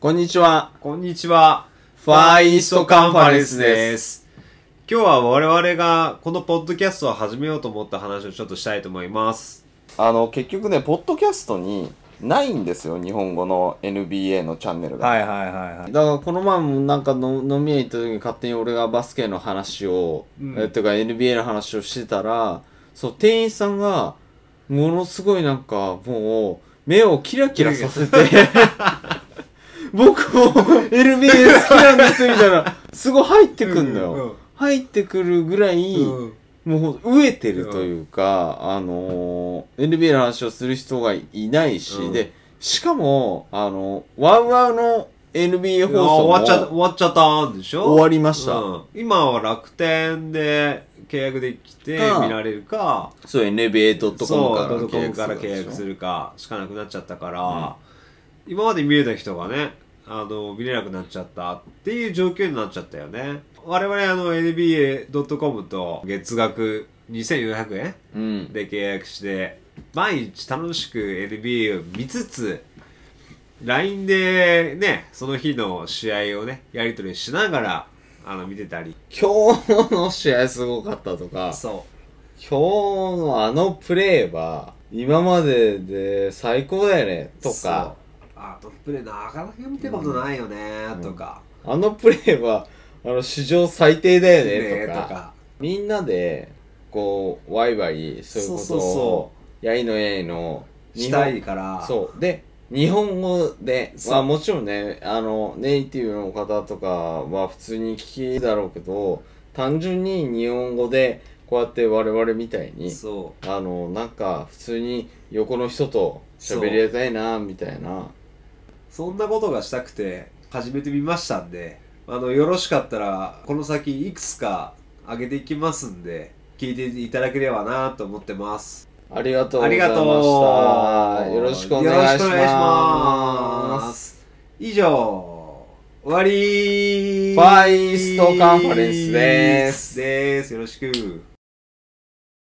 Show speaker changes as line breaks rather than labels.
こんにちは。
こんにちは。。
ファーイーストカンファレンスです
今日は我々がこのポッドキャストを始めようと思った話をちょっとしたいと思います。
あの、結局ね、ポッドキャストにないんですよ、日本語の NBA のチャンネルが。
いはいはいは
だからこの前もなんかの飲み屋行った時に勝手に俺がバスケの話を、
うん
えてか NBA の話をしてたらそう店員さんがものすごいなんかもう目をキラキラさせて 僕も NBA 好きなんですみたいなすごい入ってくんだよ、
うんうんうん
入ってくるぐらい、
い。うん
もう飢えてるというか、あのー NBA の話をする人がいないし、
うん
で、しかも、あの、ワウワウの NBA 放
あ
送も
終わっちゃ、終わっちゃったんでしょ
終わりました
うん今は楽天で契約できて
か
見られるか、
そう、NBA.com
そう、
から
ドットコム
る
から契約す
る。
るかしかなくなっちゃったから、今まで見れた人がね、あの、見れなくなっちゃったっていう状況になっちゃったよね。我々あの NBA.com と月額2400円
うん。
で契約して、毎日楽しく NBA を見つつ、LINE でね、その日の試合をね、やり取りしながら、あの、見てたり。
今日の試合すごかったと か、
そ
今日のあのプレーは、今までで最高だよね、
う。
とか、。
あとプレイなかなか見たことないよね、とか。
あのプレーは、あの、史上最低だよね、
ね
とか。。みんなでこうワイワイそういうこと
そうそう
を
そ
やいのやいの日
し
本
たいから。
そうで日本語で
そう
まあもちろんねあのネイティブの方とかは普通に聞きだろうけど単純に日本語でこうやって我々みたいに
そ
あのなんか普通に横の人と喋り合いたいなみたいな
う。そんなことがしたくて、始めてみましたんで、あの、よろしかったら、この先いくつか上げていきますんで、聞いていただければなと思ってます。
ありがとうござ
あり
いま
が
し
とう
たよろしくお願いし
よろくお願いし
ま
ますす以上終わり
ファイストカンファレンスです
ですよろしく